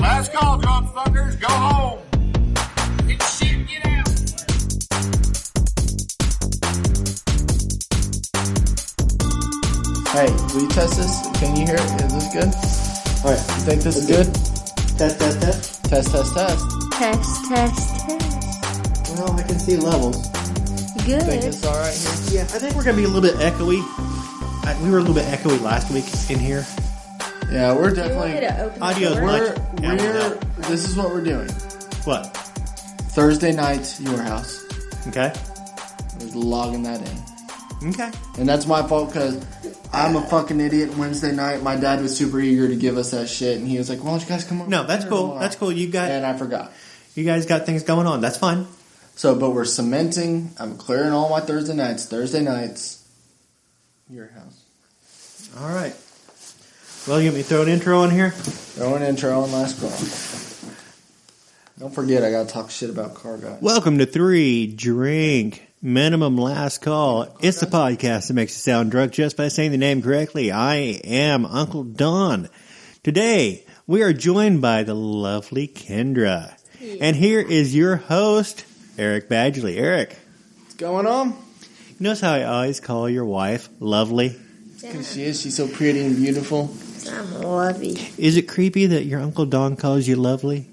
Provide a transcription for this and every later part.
Last call, drop fuckers. Go home. Get shit, get out. Hey, will you test this? Can you hear it? Is this good? All right, you think this is good? Test, test, test. Test, test, test. Test, test, test. Well, I can see levels. Think Good. it's all right here? Yeah, I think we're gonna be a little bit echoey. I, we were a little bit echoey last week in here. Yeah, we're You want definitely. me to open the Audio is door? much- We're Yeah, we're we're this is what we're doing. What? Thursday night, your house. Okay. We're logging that in, Okay. and that's my fault because I'm a fucking idiot. Wednesday night, my dad was super eager to give us that shit, and he was like, "Why don't you guys come over?" No, that's here cool. tomorrow?" That's cool. You got And I forgot. you guys got things going on. That's fine. So, but we're cementing. I'm clearing all my Thursday nights. Thursday nights, your house. All right. Well, you want me to throw an intro in here? Throw an intro and last call. Don't forget, I gotta talk shit about car guy. Welcome to Three Drink Minimum Last Call. It's the podcast that makes you sound drunk just by saying the name correctly. I am Uncle Don. Today, we are joined by the lovely Kendra. And here is your host, Eric Badgley. Eric, What's going on? you notice how I always call your wife lovely? Cause she is. She's so pretty and beautiful. I'm lovey, Is it creepy that your Uncle Don calls you lovely?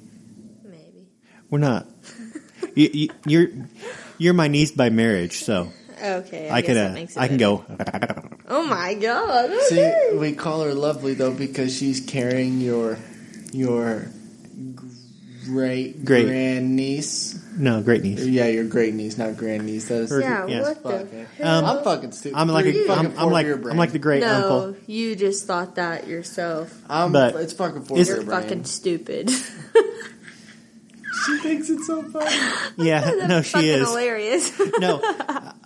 maybe. We're not. you, you, you're, you're my niece by marriage, so Okay, I, I, guess can that uh, makes it I can better. go. Oh my god! See, okay. we call her lovely though because she's carrying your your great Great. grandniece. No, great niece. Yeah, your great niece, not grandniece. That is. Her- Yeah, yes, what fuck, the? eh? hell? I'm fucking stupid. I'm like a, Fucking I'm, I'm four like beer I'm brain. like the great no, uncle. you just thought that yourself. I'm, but it's fucking four it's- beer You're brain. fucking stupid. She thinks it's so funny. Yeah, no, fucking she is. hilarious. No,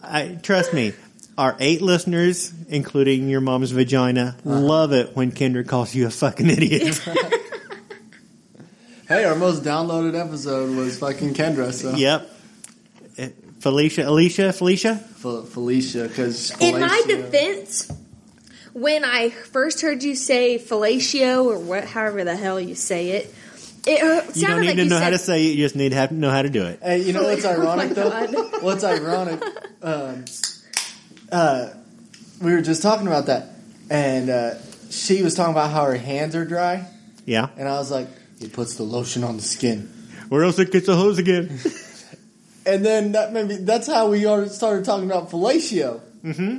I trust me. Our eight listeners, including your mom's vagina, love it when Kendra calls you a fucking idiot. Hey, our most downloaded episode was fucking Kendra. So yep. Eh, Felicia, Alicia, Felicia. Fe- Felicia, because In my defense, when I first heard you say fellatio or what, however the hell you say it, it uh, sounded You don't need like to you know said, how to say it. You just need to have, know how to do it. Hey, you know what's Oh my ironic though? God. What's ironic? Um, uh, we were just talking about that, and uh, she was talking about how her hands are dry, Yeah, and I was like, "It puts the lotion on the skin." or else it gets the hose again. And then that maybe that's how we all started talking about fellatio, hmm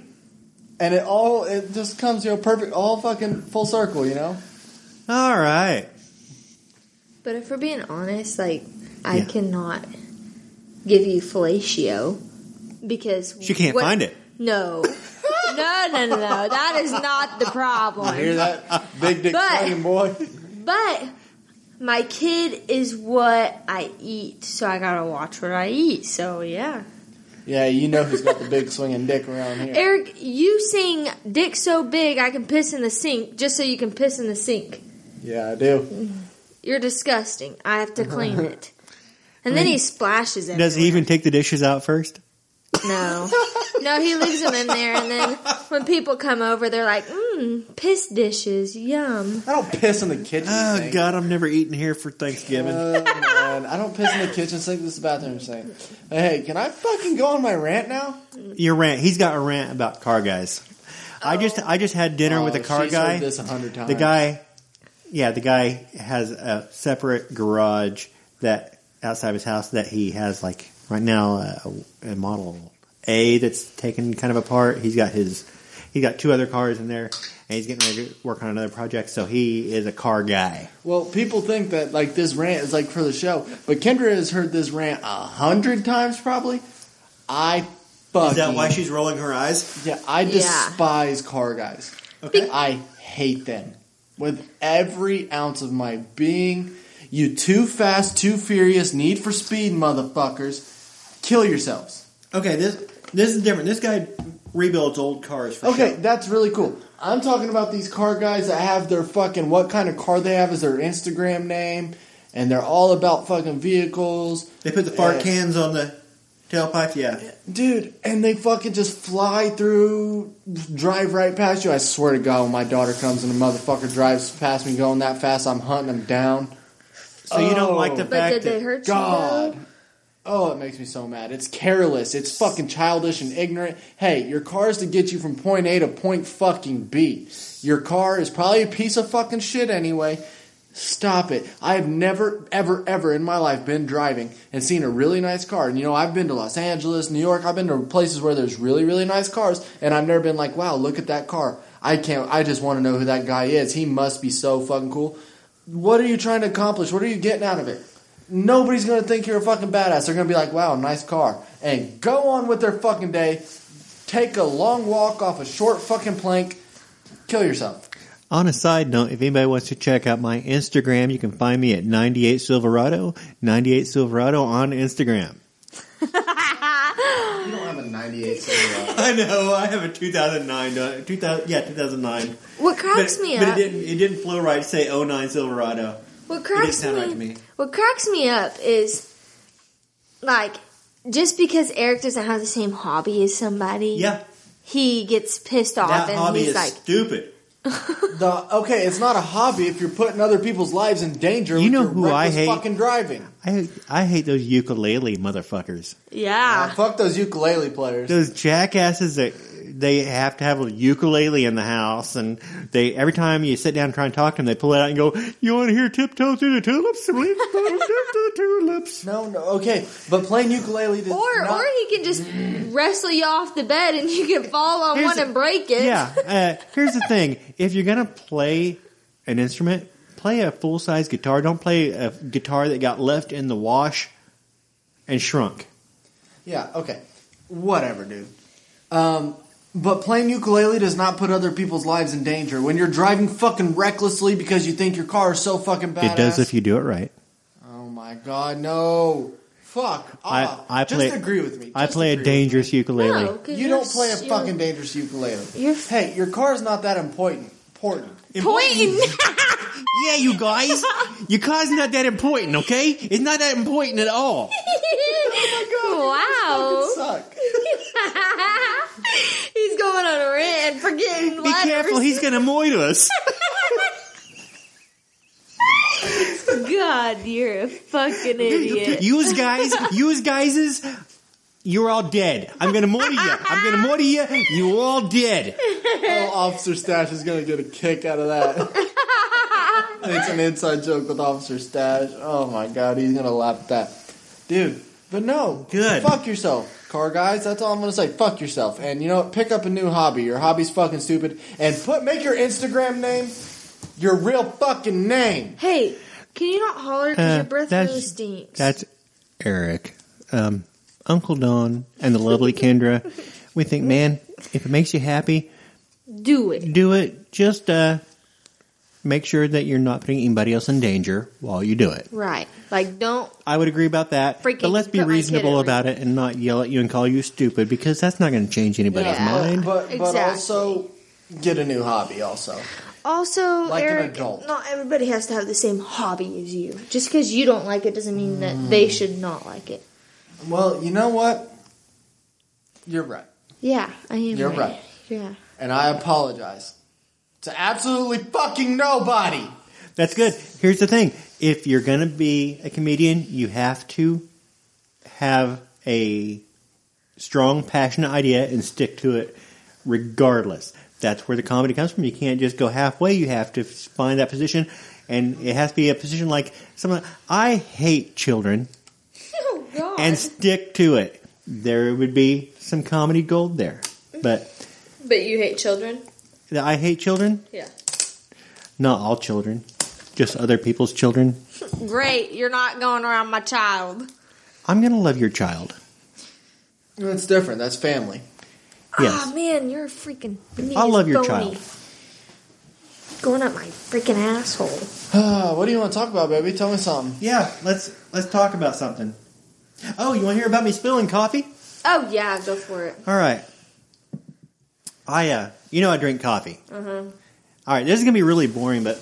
and it all it just comes you know perfect, all fucking full circle, you know. All right. But if we're being honest, like I Yeah. cannot give you fellatio because She can't what- find it. No. No, no, no, no. That is not the problem. Hear that, big dick But- swinging boy? But my kid is what I eat, so I gotta watch what I eat. So yeah, Yeah, you know who's got the big swinging dick around here. Eric, you sing "Dick so big I can piss in the sink" just so you can piss in the sink. Yeah, I do. You're disgusting. I have to clean it. And then he splashes it. Does he even take the dishes out first? No, no, he leaves them in there, and then when people come over, they're like, "Mmm, piss dishes, yum." I don't piss in the kitchen. Oh sink. God, I'm never eating here for Thanksgiving. Oh, man. I don't piss in the kitchen sink. This is the bathroom sink. Hey, can I fucking go on my rant now? Your rant. He's got a rant about car guys. Oh. I just I just had dinner with a Oh, car she's guy. Heard this a hundred times. the guy, yeah, the guy has a separate garage that outside of his house that he has like right now uh, a model A that's taken kind of apart. He's got his he got two other cars in there, and he's getting ready to work on another project. So he is a car guy. Well, people think that like this rant is like for the show, but Kendra has heard this rant a hundred times probably. I fucking she's rolling her eyes? Yeah, I Yeah. despise car guys. Okay. I hate them with every ounce of my being. You too fast, too furious, need for speed, motherfuckers. Kill yourselves. Okay, this this is different. This guy rebuilds old cars. For Okay, that's really cool. I'm talking about these car guys that have their fucking what kind of car they have is their Instagram name, and they're all about fucking vehicles, They put the fart Yeah. cans on the tailpipe. Yeah. dude. And they fucking just fly through, drive right past you. I swear to God, when my daughter comes and a motherfucker drives past me going that fast, I'm hunting them down. So you don't like the Oh. But fact did that they hurt you? God. though? Oh, it makes me so mad. It's careless. It's fucking childish and ignorant. Hey, your car is to get you from point A to point fucking B. Your car is probably a piece of fucking shit anyway. Stop it. I have never, ever, ever in my life been driving and seen a really nice car. And you know, I've been to Los Angeles, New York, I've been to places where there's really, really nice cars, and I've never been like, wow, look at that car. I can't, I just want to know who that guy is. He must be so fucking cool. What are you trying to accomplish? What are you getting out of it? Nobody's gonna think you're a fucking badass. They're gonna be like, wow, nice car. And go on with their fucking day. Take a long walk off a short fucking plank. Kill yourself. On a side note, if anybody wants to check out my Instagram, you can find me at 98 Silverado, 98 Silverado on Instagram. You don't have a 98 Silverado. I know, I have a 2009, uh, 2000, yeah, 2009. What cracks but, me but up. it didn't, it didn't flow right to say 09 Silverado. What It didn't cracks sound me, right to me. What cracks me up is like just because Eric doesn't have the same hobby as somebody, Yeah, he gets pissed off that and hobby he's is like, stupid. The, okay, it's not a hobby if you're putting other people's lives in danger. You with know your who I reckless hate? Fucking driving. I, I hate those ukulele motherfuckers. Uh, "Yeah, fuck those ukulele players. those jackasses that they have to have a ukulele in the house, and they every time you sit down and try and talk to them, they pull it out and go, "You want to hear tiptoe through the tulips? Tiptoe through the tulips." No, no, okay, but playing ukulele does or not. or he can just wrestle you off the bed and you can fall on Here's one the- and break it." Yeah. Uh, here's the thing: if you're gonna play an instrument, play a full size guitar. Don't play a guitar that got left in the wash and shrunk. Yeah, okay. Whatever, dude. Um, but playing ukulele does not put other people's lives in danger. When you're driving fucking recklessly because you think your car is so fucking badass. It does if you do it right. Oh my god, no. Fuck. I- off. I play- Ah, Just agree with me. I Just play a agree with me. dangerous ukulele. No, 'cause You you're don't play a s- fucking dangerous ukulele. You're- Hey, your car's not that important. Important. you're pointing. Yeah, you guys, your car's not that important, okay? It's not that important at all. wow, Suck. he's going on a rant and forgetting. Be careful, he's gonna moid us. God, you're a fucking idiot. Use guys, use guyses, you're all dead. I'm gonna moid you. I'm gonna moid you. You all dead. Oh, Officer Stash is gonna get a kick out of that. it's an inside joke with Officer Stash. Oh my god, he's gonna laugh at that. Dude, but no. Good. Fuck yourself, car guys. That's all I'm gonna say. Fuck yourself. And you know what? Pick up a new hobby. Your hobby's fucking stupid. And put make your Instagram name your real fucking name. Hey, can you not holler because Uh, your breath that's- really stinks? That's Eric, um, Uncle Don, and the lovely Kendra. We think, man, if it makes you happy, Do it. do it. Just uh, make sure that you're not putting anybody else in danger while you do it. Right. Like, don't. I would agree about that. Freaking but let's be put my kid reasonable at about it and not yell at you and call you stupid because that's not going to change anybody's Yeah. mind. But but Exactly. also get a new hobby also. Also, Like an Eric, adult. not everybody has to have the same hobby as you. Just because you don't like it doesn't mean that they should not like it. Well, you know what? You're right. Yeah, I am. You're right. Yeah. And I apologize to absolutely fucking nobody. That's good. Here's the thing. If you're going to be a comedian, you have to have a strong, passionate idea and stick to it regardless. That's where the comedy comes from. You can't just go halfway. You have to find that position. And it has to be a position like someone. I hate children. Oh, God. and stick to it. There would be some comedy gold there. But but you hate children? the I hate children. Yeah. Not all children, just other people's children. Great. You're not going around my child. I'm gonna love your child. That's different. That's family. Yes. Oh, man, you're a freaking. I'll love your phony. child. Going up my freaking asshole. what do you want to talk about, baby? Tell me something. Yeah. Let's let's talk about something. Oh, you want to hear about me spilling coffee? Oh, yeah, go for it. All right. I uh, you know I drink coffee. Uh-huh. All right, this is gonna be really boring, but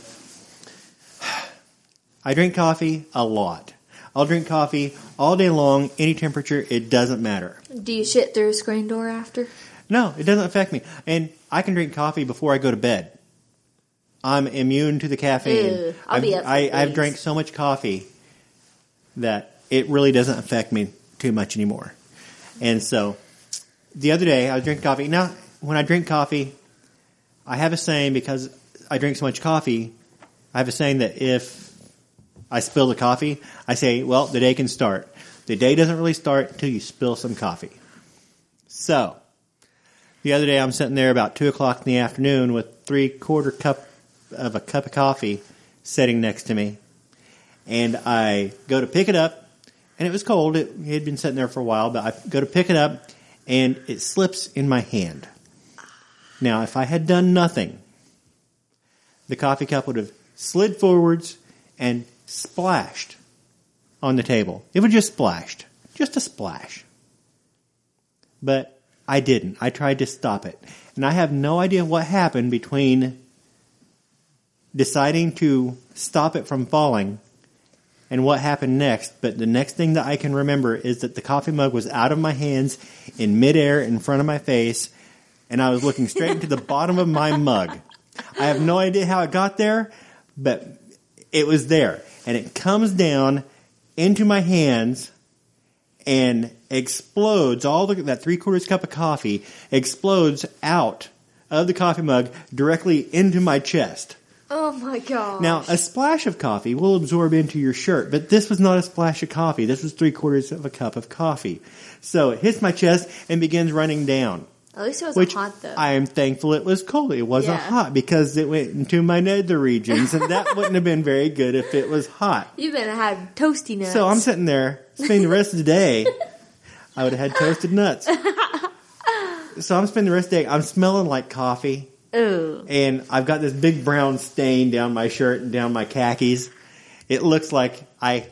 I drink coffee a lot. I'll drink coffee all day long, any temperature. It doesn't matter. Do you shit through a screen door after? No, it doesn't affect me. And I can drink coffee before I go to bed. I'm immune to the caffeine. Ew, I'll I've- be up for I, I've days. drank so much coffee that it really doesn't affect me too much anymore. And so the other day I was drinking coffee. Now, when I drink coffee, I have a saying because I drink so much coffee, I have a saying that if I spill the coffee, I say, well, the day can start. The day doesn't really start until you spill some coffee. So the other day I'm sitting there about two o'clock in the afternoon with three quarter cup of a cup of coffee sitting next to me. And I go to pick it up and it was cold. It, it had been sitting there for a while, but I go to pick it up and it slips in my hand. Now, if I had done nothing, the coffee cup would have slid forwards and splashed on the table. It would have just splashed. Just a splash. But I didn't. I tried to stop it. And I have no idea what happened between deciding to stop it from falling and what happened next, but the next thing that I can remember is that the coffee mug was out of my hands in midair in front of my face, and I was looking straight into the bottom of my mug. I have no idea how it got there, but it was there. And it comes down into my hands and explodes all the, that three quarters cup of coffee explodes out of the coffee mug directly into my chest. Oh my god. Now, a splash of coffee will absorb into your shirt, but this was not a splash of coffee. This was three quarters of a cup of coffee. So it hits my chest and begins running down. At least it was Which hot though. I am thankful it was cold. It wasn't Yeah. hot because it went into my nether regions, and that wouldn't have been very good if it was hot. You've been had toasty nuts. So I'm sitting there spending the rest of the day. I would have had toasted nuts. So I'm spending the rest of the day. I'm smelling like coffee Ooh. and I've got this big brown stain down my shirt and down my khakis. It looks like I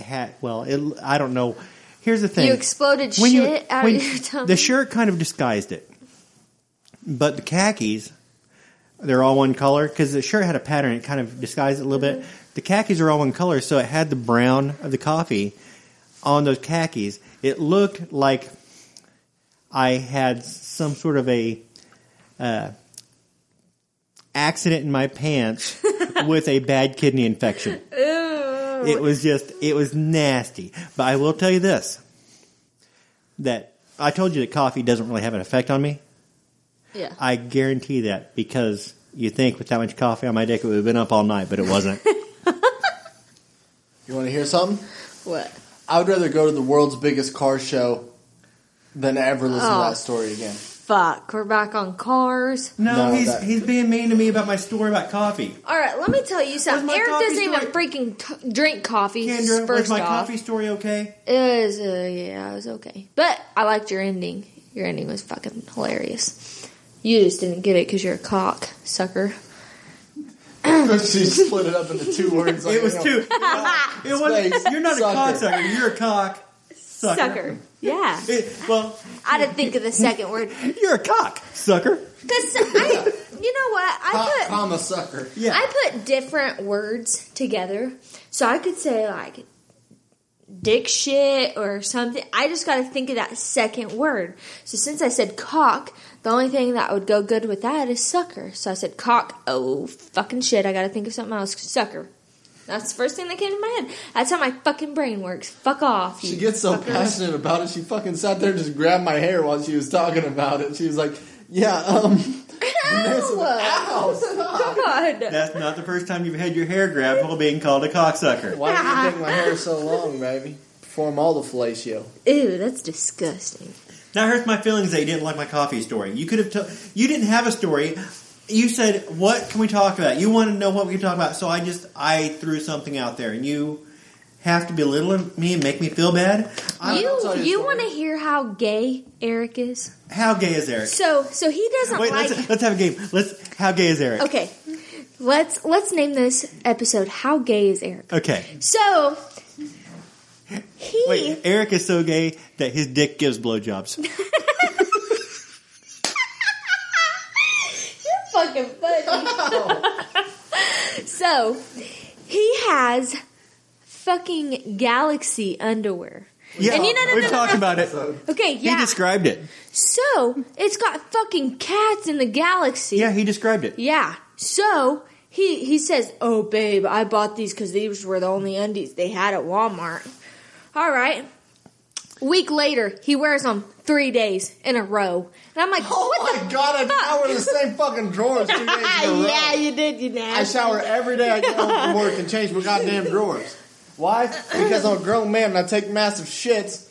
had. Well, it, I don't know. Here's the thing: You exploded When you- shit out when- of your tummy. The shirt kind of disguised it, but the khakis. They're all one color because the shirt had a pattern. It kind of disguised it a little bit. Mm-hmm. The khakis are all one color, so it had the brown of the coffee on those khakis. It looked like I had some sort of a uh, accident in my pants with a bad kidney infection. It was just, it was nasty. But I will tell you this that I told you that coffee doesn't really have an effect on me. Yeah. I guarantee that because you think with that much coffee on my dick, it would have been up all night, but it wasn't. You want to hear something? what? I would rather go to the world's biggest car show than ever listen Oh. to that story again. Fuck. We're back on cars. no, No, he's, that- he's being mean to me about my story about coffee. All right, let me tell you something. my Eric coffee doesn't even freaking t- drink coffee. Kendra, was first my off, coffee story okay? it was uh, yeah, it was okay, but I liked your ending. Your ending was fucking hilarious. You just didn't get it because you're a cock sucker. she split it up into two words. like, It was you know, too. It was. Space You're not a cocksucker. sucker. You're a cock sucker. Sucker. Yeah, It- well, I didn't think of the second word you're a cock sucker. because I. You know what? I Cock, put comma, sucker. Yeah. I put different words together, so I could say like dick shit or something. I just got to think of that second word. So since I said cock, the only thing that would go good with that is sucker. So I said cock. Oh fucking shit! I got to think of something else. Sucker. That's the first thing that came to my head. That's how my fucking brain works. Fuck off. She you gets so fuckers. passionate about it, she fucking sat there and just grabbed my hair while she was talking about it. She was like, yeah, um... this- Ow, stop. God. That's not the first time you've had your hair grabbed while being called a cocksucker. Why did you think my hair so long, baby? Perform all the fellatio. Ew, that's disgusting. That hurts my feelings that you didn't like my coffee story. You could have. T- you didn't have a story. You said, "What can we talk about?" You wanted to know what we can talk about, so I just I threw something out there, and you have to belittle me and make me feel bad. I, I'll tell you You a you story. want to hear how gay Eric is? how gay is Eric? So so he doesn't Wait, like let's let's have a game. Let's how gay is Eric? Okay. Let's let's name this episode How Gay is Eric? Okay. So he Wait, Eric is so gay that his dick gives blowjobs. You're fucking funny. so he has fucking galaxy underwear. Yeah, And you know- no, no, we've no, talked no. about it. Okay, He yeah. described it. so it's got fucking cats in the galaxy. Yeah, he described it. Yeah. So He he says, "Oh, babe, I bought these because these were the only undies they had at Walmart." All right. Week later, he wears them three days in a row, and I'm like, Oh "What my the god, I shower in the fuck?" same fucking drawers two days in a row. yeah, you did, you I nasty. shower every day I get home from work and change my goddamn drawers. Why? Because I'm a grown man and I take massive shits,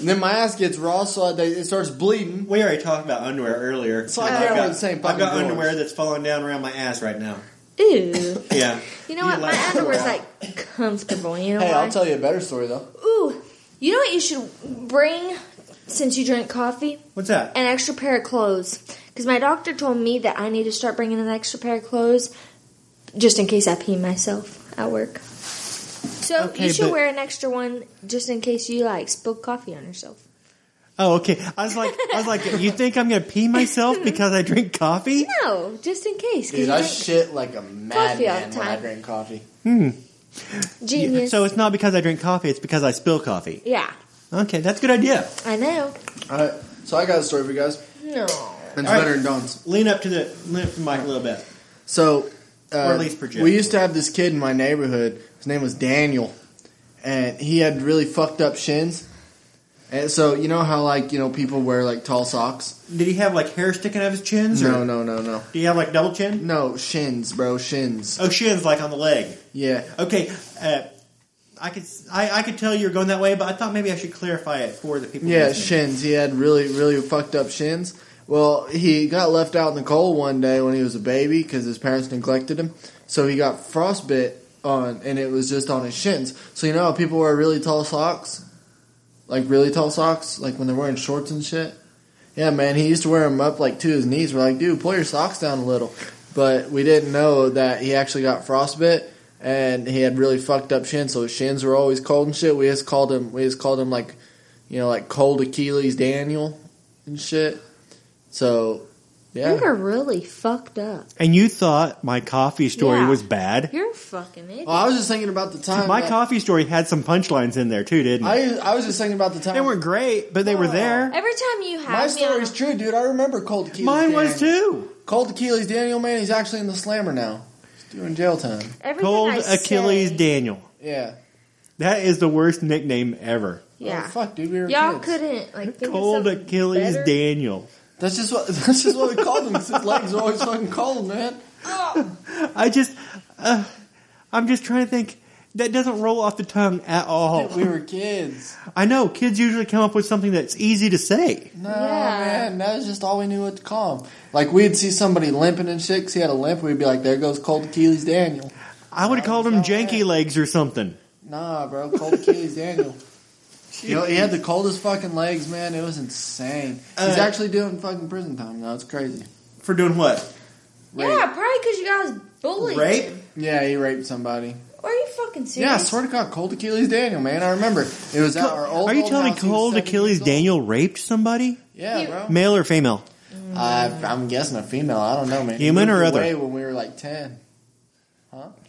and then my ass gets raw, so I, they, it starts bleeding. We already talked about underwear earlier. So I I've can't got- wear the same I've fucking got drawers. underwear that's falling down around my ass right now. Ew. Yeah. You know what? like- My underwear's like comfortable. You know Hey, why? I'll tell you a better story though. Ooh, you know what you should bring since you drink coffee? What's that? An extra pair of clothes. Because my doctor told me that I need to start bringing an extra pair of clothes just in case I pee myself at work. So Okay, you should but- wear an extra one just in case you like spilled coffee on yourself. Oh, okay. I was like, I was like, you think I'm gonna pee myself because I drink coffee? No, just in case. 'cause Dude, you I drink- shit like a Coffee all madman the when I time. drink coffee. Yeah, genius. Hmm. So it's not because I drink coffee; it's because I spill coffee. yeah, Okay, that's a good idea. I know. All right, so I got a story for you guys. No. And it's All right. better than Don's. Lean up to the lean up to the mic a little bit. So, uh, Or at least project. we used to have this kid in my neighborhood. His name was Daniel, and he had really fucked up shins. And so you know how like you know people wear like tall socks. Did he have like hair sticking out of his chins? No, or no, no, no, Do you have like double chin? no shins, bro, shins. Oh, shins like on the leg. Yeah, Okay, uh, I could I, I could tell you were going that way, but I thought maybe I should clarify it for the people. yeah, listening. shins. He had really, really fucked up shins. Well, he got left out in the cold one day when he was a baby because his parents neglected him. So he got frostbit on, and it was just on his shins. So you know how people wear really tall socks, like really tall socks, like when they're wearing shorts and shit. Yeah, man, he used to wear them up like to his knees. We're like, dude, pull your socks down a little. But we didn't know that he actually got frostbit, and he had really fucked up shins. So his shins were always cold and shit. We just called him. We just called him like you know, like cold Achilles Daniel and shit. So, You yeah. are really fucked up. And you thought my coffee story Yeah. Um, was bad. You're a fucking idiot. Well, Oh, I was just thinking about the time. My that- coffee story had some punchlines in there too, didn't it? I, I was just thinking about the time. They weren't great, but they Oh. were there. Every time you have my me on a story's true, dude. I remember Cold Achilles. Mine Daniel. was too. Cold Achilles Daniel, man, he's actually in the slammer now. He's doing jail time. Everything Cold I Achilles say- Daniel. Yeah. That is the worst nickname ever. Oh, Yeah, fuck, dude. We were y'all kids. couldn't like think Cold of something Achilles better? Daniel. That's just what. That's just what we called him. 'cause His legs are always fucking cold, man. I just, uh, I'm just trying to think. That doesn't roll off the tongue at all. We were kids. I know kids usually come up with something that's easy to say. No, Yeah. man, that was just all we knew what to call him. Like we'd see somebody limping and shit. 'cause he had a limp. We'd be like, "There goes Cold Achilles Daniel." I would have called him janky legs or something. Nah, bro, cold Achilles Daniel. You know, he had the coldest fucking legs, man. It was insane. He's Uh, actually doing fucking prison time now. It's crazy. For doing what? Yeah, probably because you guys bullied. Rape? him. Yeah, he raped somebody. Are you fucking serious? Yeah, I swear to God, Cold Achilles Daniel, man. I remember it was at our old. Are you old telling me house. He was Cold 70 Achilles years old. Daniel raped somebody? Yeah, You- bro. Male or female? I, I'm guessing a female. I don't know, man. He Human moved or other? away When we were like ten,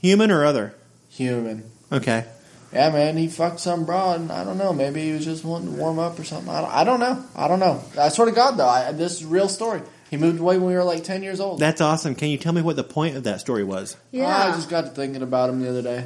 Human or other? human. Okay. Yeah, man, he fucked some broad. and I don't know. Maybe he was just wanting to warm up or something. I don't, I don't know. I don't know. I swear to God, though, I, this is a real story. He moved away when we were like ten years old. That's awesome. Can you tell me what the point of that story was? Yeah. I just got to thinking about him the other day.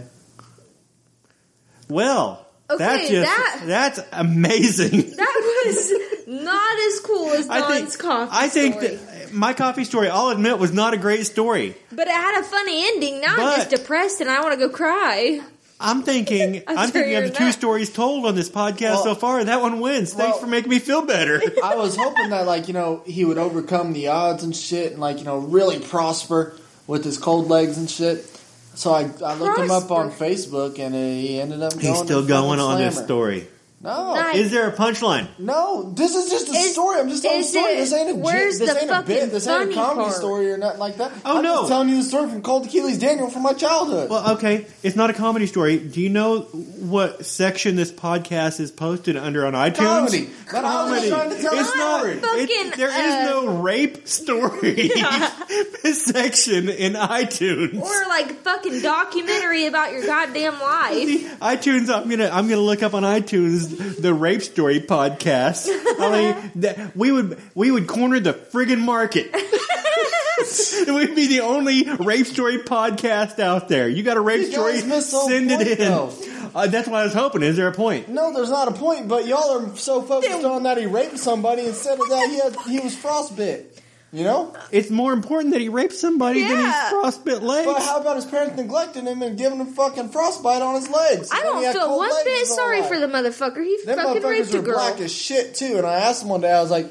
Well, Okay, that's just that- that's amazing. that was not as cool as Don's coffee. I think story. that my coffee story, I'll admit, was not a great story. but it had a funny ending. Now I'm But- just depressed and I want to go cry. I'm thinking I'm I'm, sure thinking of you're the two not. stories told on this podcast Well- so far, and that one wins. Thanks Well- for making me feel better. I was hoping that, like, you know, he would overcome the odds and shit and, like, you know, really prosper with his cold legs and shit. So I, I looked him up on Facebook and uh, he ended up going He's still to going fucking on this Slammer. story. No, Nice. Is there a punchline? no, this is just a Is- story. I'm just telling a is story. it- this ain't a where's j- this the ain't a bit. fucking This ain't a funny comedy part? story or nothing like that. Oh, I'm no. just telling you the story from Cold Achilles Daniel from my childhood. Well, okay, it's not a comedy story. Do you know what section this podcast is posted under on iTunes? Comedy. But I was Comedy. trying to tell a it's not. story. Fucking, It, there is uh, no rape story this section in iTunes. Or like fucking documentary about your goddamn life. See, iTunes. I'm gonna I'm gonna look up on iTunes the rape story podcast. I mean, that, we would we would corner the friggin' market. It would be the only rape story podcast out there. You got a rape You story? guys missed the whole Send point, it in. though. Uh, that's what I was hoping. Is there a point? No, there's not a point, but y'all are so focused on that he raped somebody instead of that he had, he was frostbit. You know? It's more important that he raped somebody than his Yeah. frostbit legs. But how about his parents neglecting him and giving him fucking frostbite on his legs? I And then he don't had feel cold one legs bit his whole sorry life. for the motherfucker. He Them fucking motherfuckers raped were a girl. black as shit too. And I asked him one day, I was like,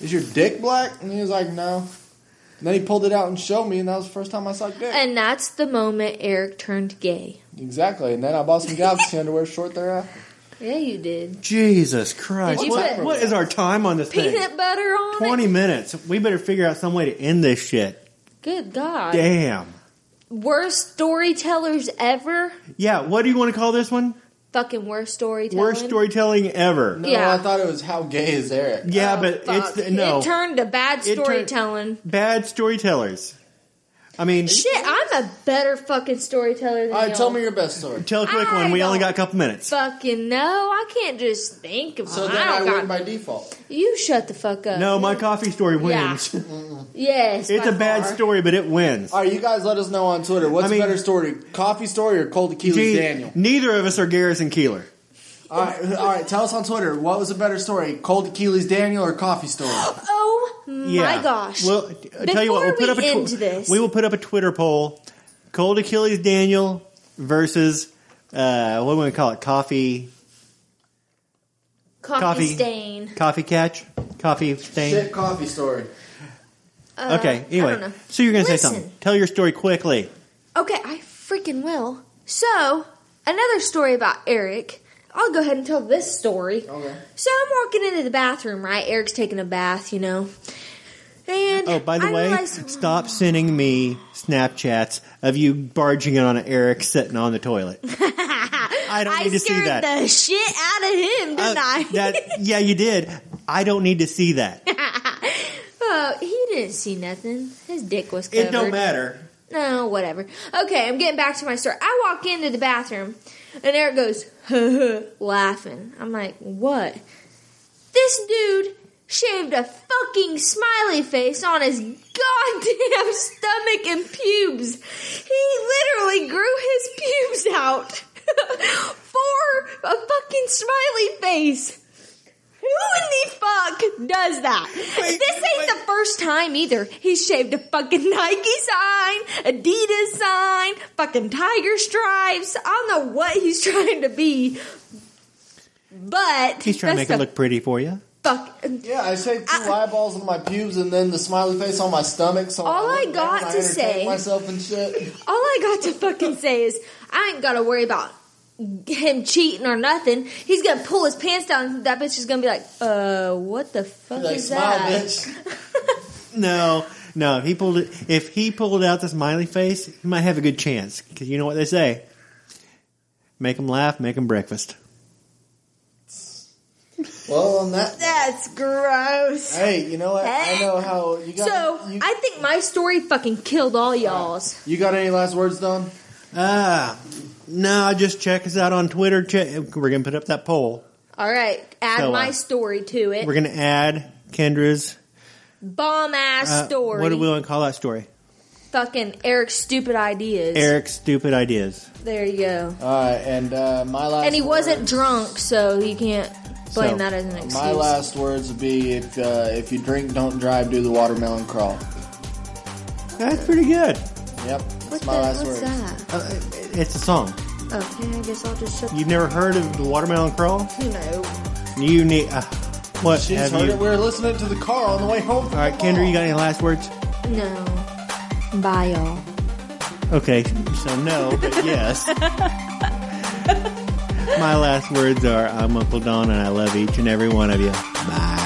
"Is your dick black?" And he was like, "No." And then he pulled it out and showed me, and that was the first time I sucked dick. And that's the moment Eric turned gay. exactly. And then I bought some Galaxy underwear short thereafter. Yeah, you did. Jesus Christ! Did you What, put- what is our time on this thing? Peanut butter on Twenty it. minutes. We better figure out some way to end this shit. Good God. Damn. Worst storytellers ever. Yeah. What do you want to call this one? Fucking worst storytelling. Worst storytelling ever. No, Yeah. I thought it was how gay is Eric? Yeah, Oh, but fuck. it's no It turned to bad It turned- storytelling. bad storytellers. I mean, Shit, I'm a better fucking storyteller than All right, y'all. tell me your best story. tell a quick I one. We only don't- got a couple minutes. Fucking no, I can't just think of So one. then I I don't win got. by default. You shut the fuck up. No, my coffee story Yeah. wins. Yes, It's by a bad far. story, but it wins. All right, you guys let us know on Twitter. What's I mean- a better story, coffee story or cold tequila Gee, Daniel? Neither of us are Garrison Keeler. All right, all right. Tell us on Twitter what was a better story, cold tequila's Daniel or coffee story? Oh my gosh. Well, I tell you what, we'll Before put up we a tw- end this- we will put up a Twitter poll: Cold Achilles Daniel versus uh, what do we call it? Coffee, coffee, coffee. stain. coffee catch, coffee stain. Shit, coffee story. Uh, okay. I don't Anyway, know. so you're gonna Listen. say something. Tell your story quickly. Okay, I freaking will. So, another story about Eric. I'll go ahead and tell this story. Okay. So I'm walking into the bathroom, right? Eric's taking a bath, you know. And Oh, by the I way, realized- stop sending me Snapchats of you barging in on Eric sitting on the toilet. I don't I need to see scared that. the shit out of him, Uh, didn't I? that- yeah, you did. I don't need to see that. Oh, he didn't see nothing. His dick was covered. It don't matter. No, whatever. Okay, I'm getting back to my story. I walk into the bathroom, and Eric goes, laughing. I'm like, what? This dude shaved a fucking smiley face on his goddamn stomach and pubes. He literally grew his pubes out for a fucking smiley face. Who in the fuck does that? Wait, this ain't wait. the first time either. He shaved a fucking Nike sign, Adidas sign, fucking tiger stripes. I don't know what he's trying to be, but He's trying to make that's it the look pretty for you. fuck. Yeah, I shaved two eyeballs on my pubes and then the smiley face on my stomach. So All I looked got down, I to entertained say- myself and shit. All I got to fucking say is I ain't gotta worry about him cheating or nothing. He's gonna pull his pants down. and That bitch is gonna be like, uh, what the fuck Like is smile, that? bitch. No, no. He pulled it. If he pulled out the smiley face, he might have a good chance because you know what they say: make him laugh, make him breakfast. Well, on that. That's gross. Hey, you know what? I Hey. know how you got. So you, I think my story fucking killed all y'all's. you got any last words, Don? Ah, no. Just check us out on Twitter. Check, we're gonna put up that poll. All right, add So, uh, my story to it. We're gonna add Kendra's Bomb ass uh, story. What do we want to call that story? fucking Eric's stupid ideas. Eric's stupid ideas. There you go. All right, and uh, my last. And he word- wasn't drunk, so you can't blame So, that as an excuse. My last words would be: if uh, if you drink, don't drive. Do the watermelon crawl. That's pretty good. Yep, what that's the, my last what's words. that? Uh, it's a song. Okay, I guess I'll just shut. You've never heard of the Watermelon Crawl? You know. You need. Uh, what She's have heard you? it. We were listening to the car on the way home. All right, Kendra, you got any last words? No. Bye, y'all. Okay, so no, but yes. My last words are I'm Uncle Don and I love each and every one of you. Bye.